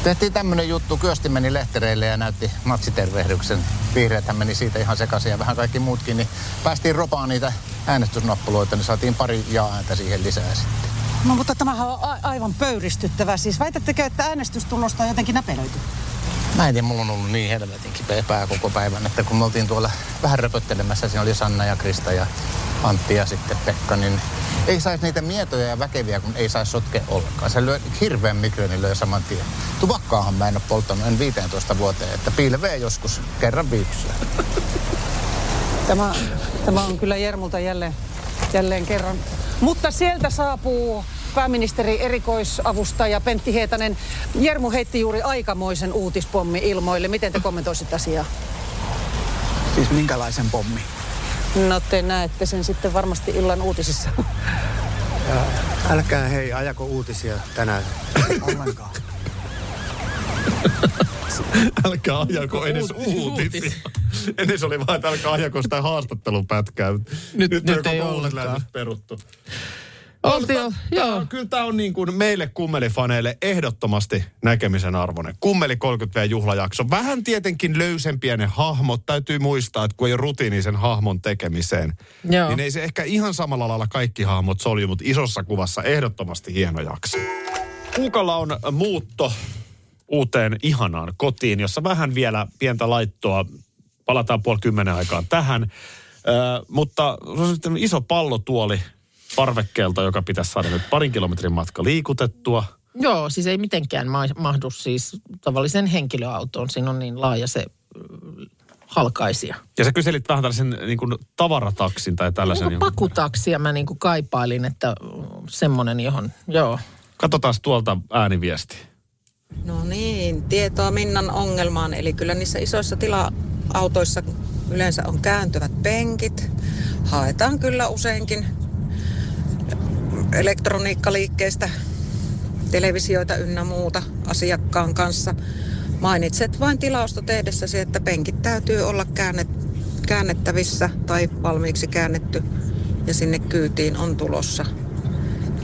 [SPEAKER 9] tehtiin tämmönen juttu, Kyösti meni lehtereille ja näytti matsitervehdyksen. Vihreäthän meni siitä ihan sekaisin ja vähän kaikki muutkin, niin päästiin ropaan niitä äänestysnappuloita, niin saatiin pari jaa-ääntä siihen lisää sitten.
[SPEAKER 10] No mutta tämähän on a- aivan pöyristyttävä. Siis väitättekö, että äänestystulosta on jotenkin näpelöity?
[SPEAKER 9] Mä en tiedä, mulla on ollut niin helvetin kipeä pää koko päivän, että kun me oltiin tuolla vähän röpöttelemässä, siinä oli Sanna ja Krista ja Antti ja sitten Pekka, niin ei saisi niitä mietoja ja väkeviä, kun ei saisi sotkea ollenkaan. Se lyö hirveän migreeni löi saman tien. Tupakkaahan mä en ole polttanut en 15 vuoteen, että pilvee joskus kerran viikossa.
[SPEAKER 10] Tämä, tämä on kyllä Jermulta jälleen, jälleen kerran. Mutta sieltä saapuu pääministeri erikoisavustaja Pentti Hietanen. Jermu heitti juuri aikamoisen uutispommi ilmoille. Miten te kommentoisitte asiaa?
[SPEAKER 11] Siis minkälaisen pommi?
[SPEAKER 10] No te näette sen sitten varmasti illan uutisissa.
[SPEAKER 11] Ja älkää hei, ajako uutisia tänään. Ollenkaan.
[SPEAKER 2] Älkää ajako edes
[SPEAKER 3] Uutis-
[SPEAKER 2] uutisia.
[SPEAKER 3] uutis.
[SPEAKER 2] Ennen se oli vaan, että älkää ajako sitä haastattelupätkää. Nyt,
[SPEAKER 3] nyt
[SPEAKER 2] on koko
[SPEAKER 3] ei
[SPEAKER 2] uusi
[SPEAKER 3] ollutkaan.
[SPEAKER 2] lähetys peruttu.
[SPEAKER 3] Oltiin,
[SPEAKER 2] Mutta
[SPEAKER 3] joo.
[SPEAKER 2] tää on- Kyllä tämä on niin kuin meille kummelifaneille ehdottomasti näkemisen arvoinen. Kummeli 30V-juhlajakso. Vähän tietenkin löysempiä ne hahmot. Täytyy muistaa, että kun ei ole rutiini sen hahmon tekemiseen,
[SPEAKER 3] Joo.
[SPEAKER 2] niin ei se ehkä ihan samalla lailla kaikki hahmot solju, mutta isossa kuvassa ehdottomasti hieno jakso. Kuukalla on muutto uuteen ihanaan kotiin, jossa vähän vielä pientä laittoa. Palataan puoli kymmenen aikaan tähän. Ö, mutta se on sitten iso pallotuoli parvekkeelta, joka pitäisi saada nyt parin kilometrin matka liikutettua.
[SPEAKER 3] Joo, siis ei mitenkään ma- mahdu siis tavallisen henkilöautoon. Siinä on niin laaja se mm, halkaisija.
[SPEAKER 2] Ja sä kyselit vähän tällaisen niin kuin tavarataksin tai tällaisen.
[SPEAKER 3] Niin
[SPEAKER 2] jonkun-
[SPEAKER 3] pakutaksia mä niin kuin kaipailin, että semmoinen johon, joo.
[SPEAKER 2] Katsotaan tuolta ääniviesti.
[SPEAKER 12] No niin, tietoa Minnan ongelmaan. Eli kyllä niissä isoissa tila-autoissa yleensä on kääntyvät penkit. Haetaan kyllä useinkin elektroniikkaliikkeistä televisioita ynnä muuta asiakkaan kanssa. Mainitset vain tilausta tehdessäsi, että penkit täytyy olla käännet, käännettävissä tai valmiiksi käännetty ja sinne kyytiin on tulossa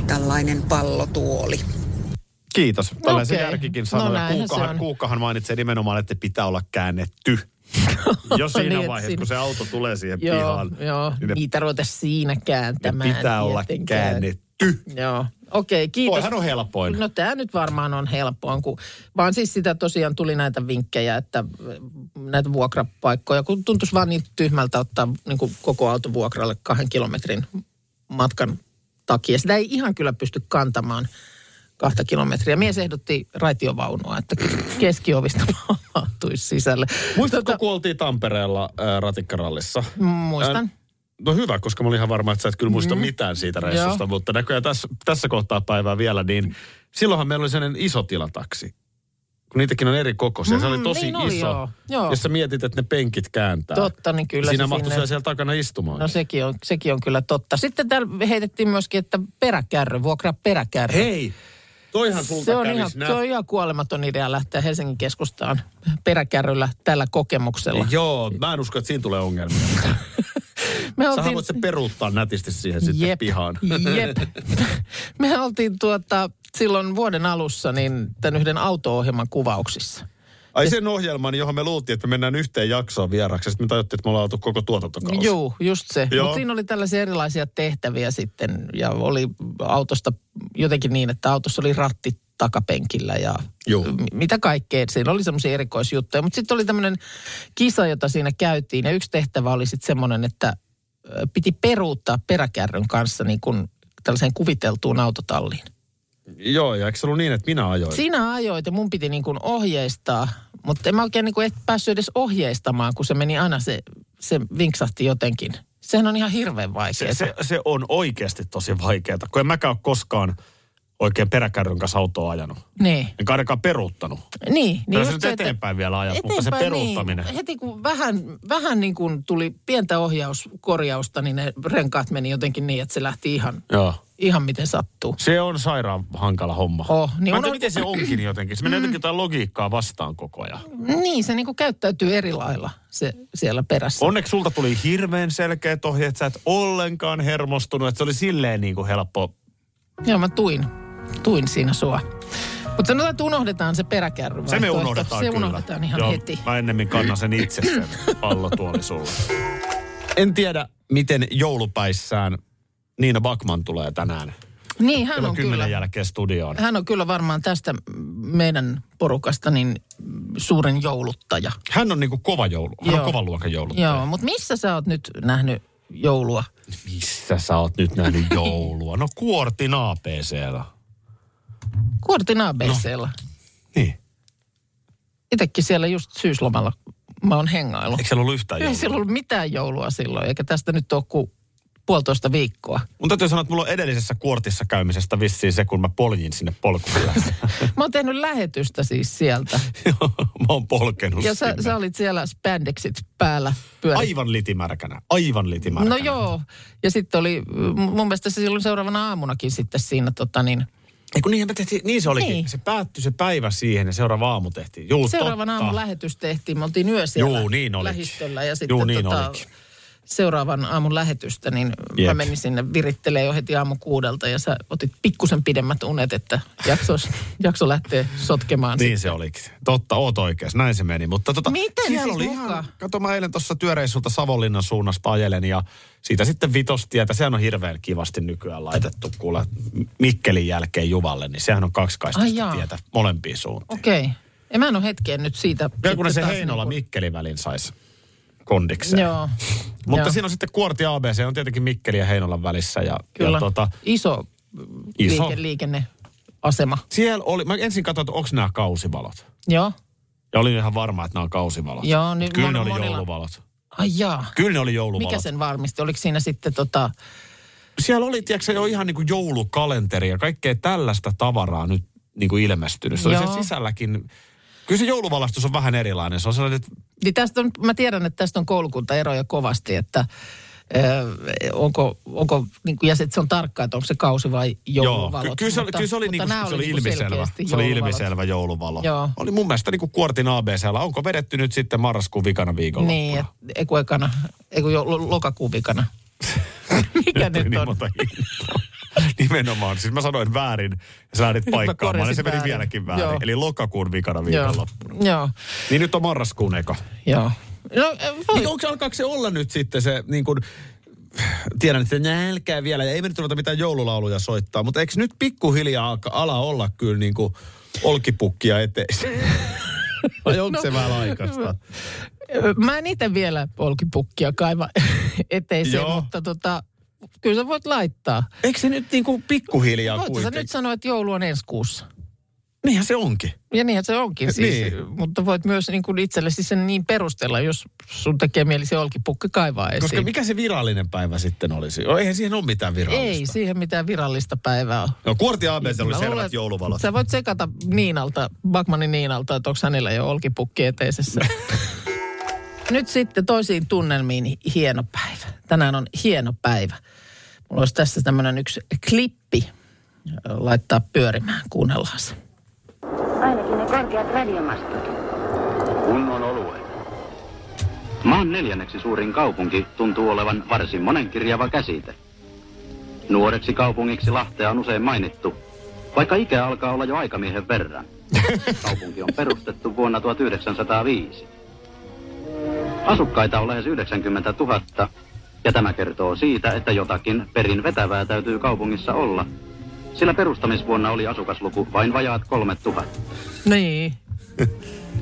[SPEAKER 12] tällainen pallotuoli.
[SPEAKER 2] Kiitos. Tällaisen
[SPEAKER 3] Okei.
[SPEAKER 2] järkikin
[SPEAKER 3] No
[SPEAKER 2] sanoi. ja
[SPEAKER 3] näinhän se
[SPEAKER 2] kuukkahan,
[SPEAKER 3] on.
[SPEAKER 2] kuukkahan mainitsee nimenomaan, että pitää olla käännetty. Jo siinä
[SPEAKER 3] Niin, et
[SPEAKER 2] vaiheessa,
[SPEAKER 3] siinä-
[SPEAKER 2] kun se auto tulee siihen
[SPEAKER 3] Joo,
[SPEAKER 2] pihaan.
[SPEAKER 3] joo.
[SPEAKER 2] niin ne-
[SPEAKER 3] niitä ruveta siinä
[SPEAKER 2] ne
[SPEAKER 3] kääntämään.
[SPEAKER 2] pitää olla
[SPEAKER 3] tietenkään.
[SPEAKER 2] käännetty.
[SPEAKER 3] Joo, okei, kiitos.
[SPEAKER 2] Toihan on helpoin.
[SPEAKER 3] No tämä nyt varmaan on helpoin, kun, vaan siis sitä tosiaan tuli näitä vinkkejä, että mm, näitä vuokrapaikkoja, kun tuntuisi vaan niin tyhmältä ottaa niin kuin koko auto vuokralle kahden kilometrin matkan takia. Sitä ei ihan kyllä pysty kantamaan kahta kilometriä. Mies ehdotti raitiovaunua, että keskiovista mahtuisi sisälle.
[SPEAKER 2] Muistatko,
[SPEAKER 3] tota-
[SPEAKER 2] kun oltiin Tampereella ää, ratikkarallissa?
[SPEAKER 3] Muistan. Mm-hmm.
[SPEAKER 2] No hyvä, koska mä olin ihan varma, että sä et kyllä muista mm. mitään siitä reissusta,
[SPEAKER 3] Joo.
[SPEAKER 2] mutta näköjään tässä, tässä kohtaa päivää vielä, niin silloinhan meillä oli sellainen iso tilataksi. Kun niitäkin on eri kokoisia. Mm, se oli
[SPEAKER 3] Mm,
[SPEAKER 2] tosi
[SPEAKER 3] niin
[SPEAKER 2] iso.
[SPEAKER 3] oli, joo. Joo.
[SPEAKER 2] Jos sä mietit, että ne penkit kääntää.
[SPEAKER 3] Totta, niin kyllä
[SPEAKER 2] Siinä
[SPEAKER 3] se
[SPEAKER 2] mahtui
[SPEAKER 3] sinne-
[SPEAKER 2] sinne... siellä takana istumaan.
[SPEAKER 3] No sekin on, sekin on kyllä totta. Sitten täällä heitettiin myöskin, että peräkärry, vuokraa peräkärry.
[SPEAKER 2] Hei! Toihan sulta
[SPEAKER 3] se on,
[SPEAKER 2] kävis
[SPEAKER 3] ihan,
[SPEAKER 2] nä-
[SPEAKER 3] se on ihan kuolematon idea lähteä Helsingin keskustaan peräkärryllä tällä kokemuksella.
[SPEAKER 2] Joo, mä en usko, että siinä tulee ongelmia.
[SPEAKER 3] Me
[SPEAKER 2] Sä voit se peruuttaa nätisti siihen sitten
[SPEAKER 3] Jep,
[SPEAKER 2] pihaan.
[SPEAKER 3] Jep. Me oltiin tuota, silloin vuoden alussa niin tämän yhden auto-ohjelman kuvauksissa.
[SPEAKER 2] Ai sen ohjelman, johon me luultiin, että me mennään yhteen jaksoon vieraksi. Sitten me tajuttiin, että me ollaan oltu koko tuotantokausi.
[SPEAKER 3] Joo, just se.
[SPEAKER 2] Joo.
[SPEAKER 3] Mutta siinä oli tällaisia erilaisia tehtäviä sitten ja oli autosta jotenkin niin, että autossa oli ratti takapenkillä ja
[SPEAKER 2] Joo.
[SPEAKER 3] m- mitä kaikkea. Siinä oli semmoisia erikoisjuttuja. Mutta sitten oli tämmöinen kisa, jota siinä käytiin ja yksi tehtävä oli sitten semmoinen, että ö, piti peruuttaa peräkärryn kanssa niin kuin tällaiseen kuviteltuun autotalliin.
[SPEAKER 2] Joo, ja eikö se ollut niin, että minä ajoin?
[SPEAKER 3] Sinä ajoit ja mun piti niin kuin ohjeistaa, mutta en mä oikein niin kuin et päässyt edes ohjeistamaan, kun se meni aina se, se vinksahti jotenkin. Sehän on ihan hirveän
[SPEAKER 2] se,
[SPEAKER 3] vaikeaa.
[SPEAKER 2] se, se on oikeasti tosi vaikeaa, kun en mäkään ole koskaan oikein peräkärryn kanssa autoa ajanut.
[SPEAKER 3] Niin.
[SPEAKER 2] Enkä ainakaan peruuttanut.
[SPEAKER 3] Niin, niin
[SPEAKER 2] Kyllä
[SPEAKER 3] just
[SPEAKER 2] sä nyt
[SPEAKER 3] se, että-
[SPEAKER 2] eteenpäin vielä ajat, mutta se peruuttaminen.
[SPEAKER 3] Niin, heti kun vähän, vähän niin kuin tuli pientä ohjauskorjausta, niin ne renkaat meni jotenkin niin, että se lähti ihan,
[SPEAKER 2] Joo.
[SPEAKER 3] ihan miten sattuu.
[SPEAKER 2] Se on sairaan hankala homma.
[SPEAKER 3] Oh, niin
[SPEAKER 2] Mä en
[SPEAKER 3] on- Mm.
[SPEAKER 2] tiedä, miten se onkin jotenkin. Se menee jotenkin jotain logiikkaa vastaan koko ajan.
[SPEAKER 3] Niin, se niin kuin käyttäytyy eri lailla se siellä perässä.
[SPEAKER 2] Onneksi sulta tuli hirveän selkeät ohjeet, sä et ollenkaan hermostunut, että se oli silleen niin kuin helppo.
[SPEAKER 3] Joo, mä tuin. Tuin siinä sua. Mutta sanotaan, että unohdetaan se peräkärry.
[SPEAKER 2] Se me
[SPEAKER 3] vaihtoehto.
[SPEAKER 2] unohdetaan
[SPEAKER 3] Se
[SPEAKER 2] kyllä.
[SPEAKER 3] unohdetaan ihan
[SPEAKER 2] Joo,
[SPEAKER 3] heti.
[SPEAKER 2] Mä ennemmin kannan sen itse sen pallotuoli sulle. En tiedä, miten joulupäissään Niina Bakman tulee tänään.
[SPEAKER 3] Niin, hän
[SPEAKER 2] Kello
[SPEAKER 3] on kyllä.
[SPEAKER 2] kymmenen jälkeen studioon.
[SPEAKER 3] Hän on kyllä varmaan tästä meidän porukasta niin suuren jouluttaja.
[SPEAKER 2] Hän on niinku kova joulu. Hän on
[SPEAKER 3] Joo.
[SPEAKER 2] kovan luokan jouluttaja.
[SPEAKER 3] Joo, mutta missä sä oot nyt nähnyt joulua?
[SPEAKER 2] Missä sä oot nyt nähnyt joulua? No kuortin ABCllä.
[SPEAKER 3] Kuortin ABClla. No.
[SPEAKER 2] Niin.
[SPEAKER 3] Itekin siellä just syyslomalla mä oon hengailu.
[SPEAKER 2] Eikö siellä ollut yhtään
[SPEAKER 3] Ei
[SPEAKER 2] joulua?
[SPEAKER 3] siellä ollut mitään joulua silloin, eikä tästä nyt ole kuin puolitoista viikkoa.
[SPEAKER 2] Mun täytyy sanoa, että mulla on edellisessä kuortissa käymisestä vissiin se, kun mä poljin sinne polkuun.
[SPEAKER 3] Mä oon tehnyt lähetystä siis sieltä.
[SPEAKER 2] mä oon polkenut
[SPEAKER 3] Ja sä,
[SPEAKER 2] sinne.
[SPEAKER 3] sä olit siellä spandexit päällä pyörittämässä.
[SPEAKER 2] Aivan litimärkänä, aivan litimärkänä.
[SPEAKER 3] No joo, ja sitten oli, m- mun mielestä se silloin seuraavana aamunakin sitten siinä tota niin,
[SPEAKER 2] Ei kun niinhän me tehtiin, niin se olikin.
[SPEAKER 3] Niin.
[SPEAKER 2] Niin. Se päättyi se päivä siihen ja seuraava aamu tehtiin. Juu,
[SPEAKER 3] seuraavan
[SPEAKER 2] totta.
[SPEAKER 3] aamun lähetys tehtiin, me oltiin yö siellä
[SPEAKER 2] Juu, niin olikin.
[SPEAKER 3] lähistöllä ja sitten
[SPEAKER 2] Juu, niin
[SPEAKER 3] tota,
[SPEAKER 2] olikin.
[SPEAKER 3] seuraavan aamun lähetystä, niin Jep. mä
[SPEAKER 2] Jep.
[SPEAKER 3] menin sinne virittelee jo heti aamu kuudelta ja sä otit pikkusen pidemmät unet, että jaksos, jakso lähtee sotkemaan.
[SPEAKER 2] Niin se olikin. Totta, oot oikeassa. Näin se meni. Mutta tota,
[SPEAKER 3] Miten
[SPEAKER 2] siellä
[SPEAKER 3] siis
[SPEAKER 2] oli
[SPEAKER 3] muka?
[SPEAKER 2] ihan, kato mä eilen tuossa työreissulta Savonlinnan suunnasta ajelen ja siitä sitten vitostietä. Sehän on hirveän kivasti nykyään laitettu kuule Mikkelin jälkeen Juvalle, niin sehän on
[SPEAKER 3] Ai
[SPEAKER 2] kaksikaistaista
[SPEAKER 3] jaa.
[SPEAKER 2] tietä molempiin suuntiin.
[SPEAKER 3] Okei, okay. en mä en ole hetkeen nyt siitä.
[SPEAKER 2] Vielä kun ne
[SPEAKER 3] sitten
[SPEAKER 2] se
[SPEAKER 3] taas
[SPEAKER 2] Heinola
[SPEAKER 3] niinku-
[SPEAKER 2] Mikkelin välin saisi kondikseen.
[SPEAKER 3] Joo,
[SPEAKER 2] Mutta
[SPEAKER 3] joo.
[SPEAKER 2] siinä on sitten Kuorti ABC, on tietenkin Mikkeli ja Heinolan välissä. Ja,
[SPEAKER 3] kyllä.
[SPEAKER 2] ja tota,
[SPEAKER 3] Iso,
[SPEAKER 2] Iso.
[SPEAKER 3] Liike, liikenneasema.
[SPEAKER 2] siellä oli, mä ensin katsoin, että onko nämä kausivalot.
[SPEAKER 3] Joo.
[SPEAKER 2] Ja olin ihan varma, että nämä on kausivalot.
[SPEAKER 3] Joo, niin
[SPEAKER 2] Mut Kyllä ne
[SPEAKER 3] mon-
[SPEAKER 2] oli
[SPEAKER 3] monilla-
[SPEAKER 2] jouluvalot.
[SPEAKER 3] Ai jaa.
[SPEAKER 2] Kyllä ne oli jouluvalot.
[SPEAKER 3] Mikä sen varmisti? Oliko siinä sitten tota...
[SPEAKER 2] Siellä oli, tiedätkö, jo ihan niin kuin joulukalenteri ja kaikkea tällaista tavaraa nyt niin kuin ilmestynyt. Se oli
[SPEAKER 3] Joo.
[SPEAKER 2] siellä sisälläkin. Kyllä se jouluvalastus on vähän erilainen. Se on sellainen, että
[SPEAKER 3] Niin tästä on, mä tiedän, että tästä on koulukuntaeroja kovasti, että ö, onko, onko niin kuin, ja sit se on tarkkaa, että onko se kausi vai jouluvalot.
[SPEAKER 2] Joo, ky- kyllä se, oli- kyllä se oli,
[SPEAKER 3] mutta
[SPEAKER 2] niinku,
[SPEAKER 3] nää
[SPEAKER 2] se oli
[SPEAKER 3] niinku
[SPEAKER 2] ilmiselvä.
[SPEAKER 3] selkeästi
[SPEAKER 2] Se oli
[SPEAKER 3] jouluvalot.
[SPEAKER 2] ilmiselvä jouluvalo.
[SPEAKER 3] Joo.
[SPEAKER 2] Oli mun mielestä niinku kuortin ABCllä. Onko vedetty nyt sitten marraskuun vikana viikolla?
[SPEAKER 3] Niin, et, ei kun ekana, ei kun jo, lo- lokakuun vikana. Mikä nyt,
[SPEAKER 2] niin
[SPEAKER 3] on?
[SPEAKER 2] monta info. Nimenomaan. Siis mä sanoin väärin ja sä lähdit
[SPEAKER 3] Mä
[SPEAKER 2] paikkaamaan. Ja
[SPEAKER 3] korjasin
[SPEAKER 2] se meni
[SPEAKER 3] No, väärin.
[SPEAKER 2] vieläkin väärin.
[SPEAKER 3] Joo.
[SPEAKER 2] Eli lokakuun vikana
[SPEAKER 3] Joo,
[SPEAKER 2] viikonloppu.
[SPEAKER 3] joo,
[SPEAKER 2] Niin nyt on marraskuun eka.
[SPEAKER 3] joo. No, ö, voi,
[SPEAKER 2] Niin onko alkaako se olla nyt sitten se niin kuin, tiedän, että nälkää vielä. Ja ei me nyt ruveta mitään joululauluja soittaa, mutta eikö nyt pikkuhiljaa alka, ala olla kyllä niin kuin olkipukkia eteis? Vai onko
[SPEAKER 3] No,
[SPEAKER 2] se vähän aikaista?
[SPEAKER 3] Ö, Mä en itse vielä polkipukkia kaiva eteiseen,
[SPEAKER 2] Joo.
[SPEAKER 3] mutta tota, kyllä sä voit laittaa.
[SPEAKER 2] Eikö se nyt niin kuin pikkuhiljaa
[SPEAKER 3] Voitko sä nyt
[SPEAKER 2] kuitenkin?
[SPEAKER 3] sanoa, että joulu on ensi kuussa?
[SPEAKER 2] Niinhän se onkin.
[SPEAKER 3] Ja niinhän se onkin siis,
[SPEAKER 2] Niin.
[SPEAKER 3] mutta voit myös niin kuin itsellesi sen niin perustella, jos sun tekee mieli se olkipukki kaivaa esiin.
[SPEAKER 2] Koska mikä se virallinen päivä sitten olisi? No, Eihän siihen ole mitään virallista.
[SPEAKER 3] Ei siihen mitään virallista päivää ole.
[SPEAKER 2] No Kuorti ABC
[SPEAKER 3] Niin,
[SPEAKER 2] oli
[SPEAKER 3] Mä
[SPEAKER 2] selvät
[SPEAKER 3] luulen,
[SPEAKER 2] luulen,
[SPEAKER 3] että
[SPEAKER 2] jouluvalot.
[SPEAKER 3] Sä voit sekata Niinalta, Bakmanin Niinalta, että onko hänellä jo olkipukki eteisessä. Nyt sitten toisiin tunnelmiin hieno päivä. Tänään on hieno päivä. Mulla olisi tässä tämmöinen yksi klippi ö, laittaa pyörimään. Kuunnellaan se.
[SPEAKER 13] Ainakin ne korkeat radiomastot.
[SPEAKER 14] Kunnon olue. Maan neljänneksi suurin kaupunki tuntuu olevan varsin monenkirjava käsite. Nuoreksi kaupungiksi Lahtea on usein mainittu, vaikka ikä alkaa olla jo aikamiehen verran. Kaupunki on perustettu vuonna 1905. Asukkaita on lähes 90 000, ja tämä kertoo siitä, että jotakin perin vetävää täytyy kaupungissa olla, sillä perustamisvuonna oli asukasluku vain vajaat 3000.
[SPEAKER 3] Niin.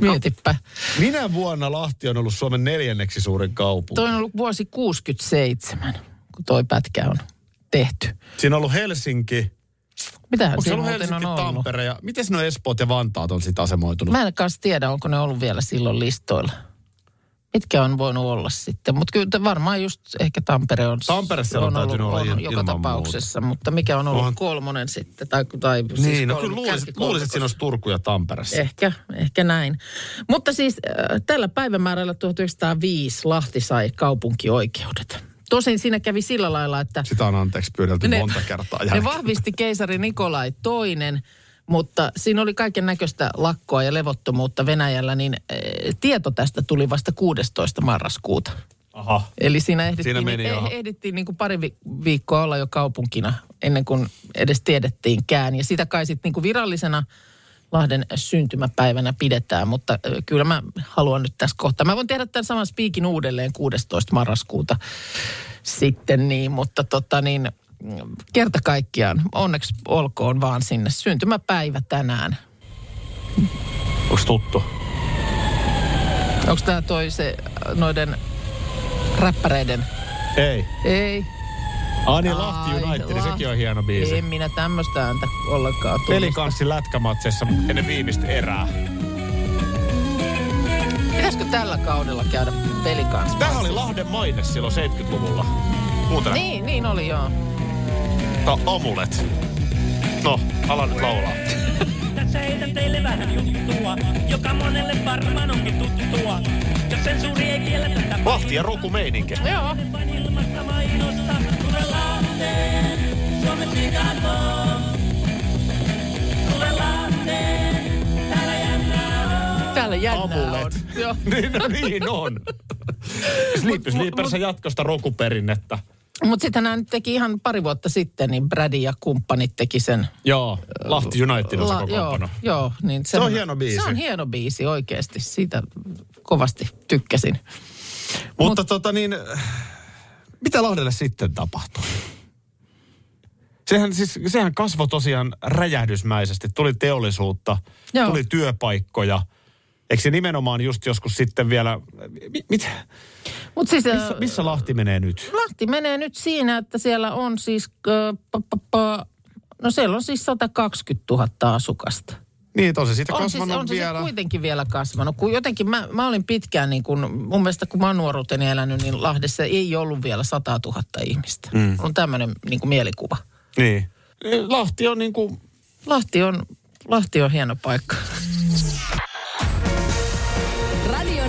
[SPEAKER 3] Mietipä.
[SPEAKER 2] Minä vuonna Lahti on ollut Suomen neljänneksi suurin kaupunki.
[SPEAKER 3] Toi on ollut vuosi 67, kun toi pätkä on tehty.
[SPEAKER 2] Siinä on ollut Helsinki.
[SPEAKER 3] Mitähän
[SPEAKER 2] Onko se
[SPEAKER 3] siinä
[SPEAKER 2] ollut
[SPEAKER 3] muuten
[SPEAKER 2] Helsinki,
[SPEAKER 3] on ollut?
[SPEAKER 2] Tampere ja miten ne Espoot ja Vantaat on sitten asemoitunut?
[SPEAKER 3] Mä en kanssa tiedä, onko ne ollut vielä silloin listoilla. Mitkä on voinut olla sitten, mutta kyllä te varmaan just ehkä Tampere on,
[SPEAKER 2] Tampere siellä on
[SPEAKER 3] on ollut
[SPEAKER 2] täytynyt olla
[SPEAKER 3] on
[SPEAKER 2] il-
[SPEAKER 3] joka
[SPEAKER 2] ilman
[SPEAKER 3] tapauksessa, mutta mikä on ollut
[SPEAKER 2] Onhan-
[SPEAKER 3] kolmonen sitten, tai, tai
[SPEAKER 2] Niin,
[SPEAKER 3] siis
[SPEAKER 2] no
[SPEAKER 3] kolme-
[SPEAKER 2] kyllä luulisin,
[SPEAKER 3] kärkikolmikko.
[SPEAKER 2] luulisin, että siinä olisi Turku ja Tampere.
[SPEAKER 3] Ehkä, ehkä näin. Mutta siis äh, tällä päivämäärällä 1905 Lahti sai kaupunkioikeudet. Tosin siinä kävi sillä lailla, että
[SPEAKER 2] Sitä on anteeksi pyydelty
[SPEAKER 3] Ne-
[SPEAKER 2] monta kertaa.
[SPEAKER 3] ne
[SPEAKER 2] jälkeen.
[SPEAKER 3] vahvisti keisari Nikolai toinen, mutta siinä oli kaiken näköistä lakkoa ja levottomuutta Venäjällä, niin eh, tieto tästä tuli vasta 16. marraskuuta.
[SPEAKER 2] Aha.
[SPEAKER 3] Eli siinä ehdittiin,
[SPEAKER 2] Siinä meni,
[SPEAKER 3] eh-
[SPEAKER 2] aha.
[SPEAKER 3] ehdittiin niin kuin pari vi- viikkoa olla jo kaupunkina ennen kuin edes tiedettiinkään. Ja sitä kai sitten niin kuin virallisena Lahden syntymäpäivänä pidetään, mutta eh, kyllä mä haluan nyt tässä kohtaa. Mä voin tehdä tämän saman spiikin uudelleen 16. marraskuuta sitten niin, mutta tota niin, mm, kerta kaikkiaan onneksi olkoon vaan sinne syntymäpäivä tänään.
[SPEAKER 2] Onko tuttu?
[SPEAKER 3] Onko tämä toi se äh, noiden räppäreiden?
[SPEAKER 2] Ei.
[SPEAKER 3] Ei.
[SPEAKER 2] Ah niin, Lahti United, niin sekin on hieno biisi.
[SPEAKER 3] En minä tämmöistä ääntä ollenkaan tunnista.
[SPEAKER 2] Pelikanssi lätkämatsessa ennen viimeistä erää.
[SPEAKER 3] Mitä Pitäisikö tällä kaudella käydä peli kanssa?
[SPEAKER 2] Tämähän oli Lahden maine silloin 70-luvulla. Muuten
[SPEAKER 3] Niin, niin oli joo.
[SPEAKER 2] Ta- amulet. No, ala nyt laulaa.
[SPEAKER 15] Tässä heitän teille vähän juttua, joka monelle varmaan onkin tuttua. Jos sensuuri ei kiellä tätä
[SPEAKER 2] Lahti ja Roku meininki.
[SPEAKER 3] Joo.
[SPEAKER 15] vain ilmasta mainosta, tule Lahteen, Suomen Chicagoon. Tule Lahteen, täällä jännää on.
[SPEAKER 3] Täällä jännää on. Joo.
[SPEAKER 2] niin, no, niin on. Sleepy Sleepers jatkosta Roku-perinnettä.
[SPEAKER 3] Mutta sitten nämä nyt teki ihan pari vuotta sitten, niin Brady ja kumppanit teki sen.
[SPEAKER 2] Joo, Lahti United on se
[SPEAKER 3] joo,
[SPEAKER 2] kokoonpano.
[SPEAKER 3] joo, niin
[SPEAKER 2] Se on hieno biisi.
[SPEAKER 3] Se on hieno biisi oikeasti. Siitä kovasti tykkäsin.
[SPEAKER 2] Mutta tota niin, mitä Lahdelle sitten tapahtui? Sehän, siis, sehän kasvoi tosiaan räjähdysmäisesti. Tuli teollisuutta,
[SPEAKER 3] Joo.
[SPEAKER 2] Joo. tuli työpaikkoja. Eikö se nimenomaan just joskus sitten vielä... Mi, mit,
[SPEAKER 3] Mut siis, äh,
[SPEAKER 2] missä, missä Lahti menee nyt?
[SPEAKER 3] Lahti menee nyt siinä, että siellä on siis, ö, pa, pa, pa, no siellä on siis 120 000 asukasta.
[SPEAKER 2] Niin, tosi siitä
[SPEAKER 3] on siis,
[SPEAKER 2] kasvanut
[SPEAKER 3] on siis
[SPEAKER 2] vielä.
[SPEAKER 3] kuitenkin vielä kasvanut. Kun jotenkin mä, mä olin pitkään, niin kun, mun mielestä kun mä oon nuoruuteni elänyt, niin Lahdessa ei ollut vielä 100 000 ihmistä. Mm.
[SPEAKER 2] Mm.
[SPEAKER 3] On tämmöinen niin mielikuva.
[SPEAKER 2] Niin. Lahti on niin kuin...
[SPEAKER 3] Lahti on, Lahti on hieno paikka.
[SPEAKER 1] Radio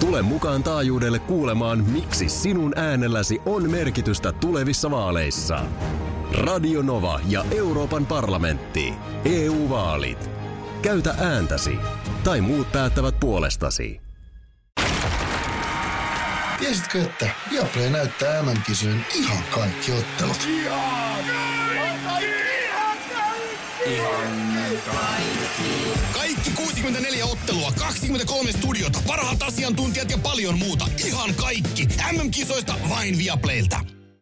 [SPEAKER 7] Tule mukaan taajuudelle kuulemaan, miksi sinun äänelläsi on merkitystä tulevissa vaaleissa. Radio Nova ja Euroopan parlamentti. EU-vaalit. Käytä ääntäsi. Tai muut päättävät puolestasi.
[SPEAKER 16] Tiesitkö, että Viaplay näyttää MM-kisojen ihan kaikki ottelut?
[SPEAKER 8] Kaikki 64 ottelua, 23 studiota, parhaat asiantuntijat ja paljon muuta. Ihan kaikki. MM-kisoista vain Viaplaylta.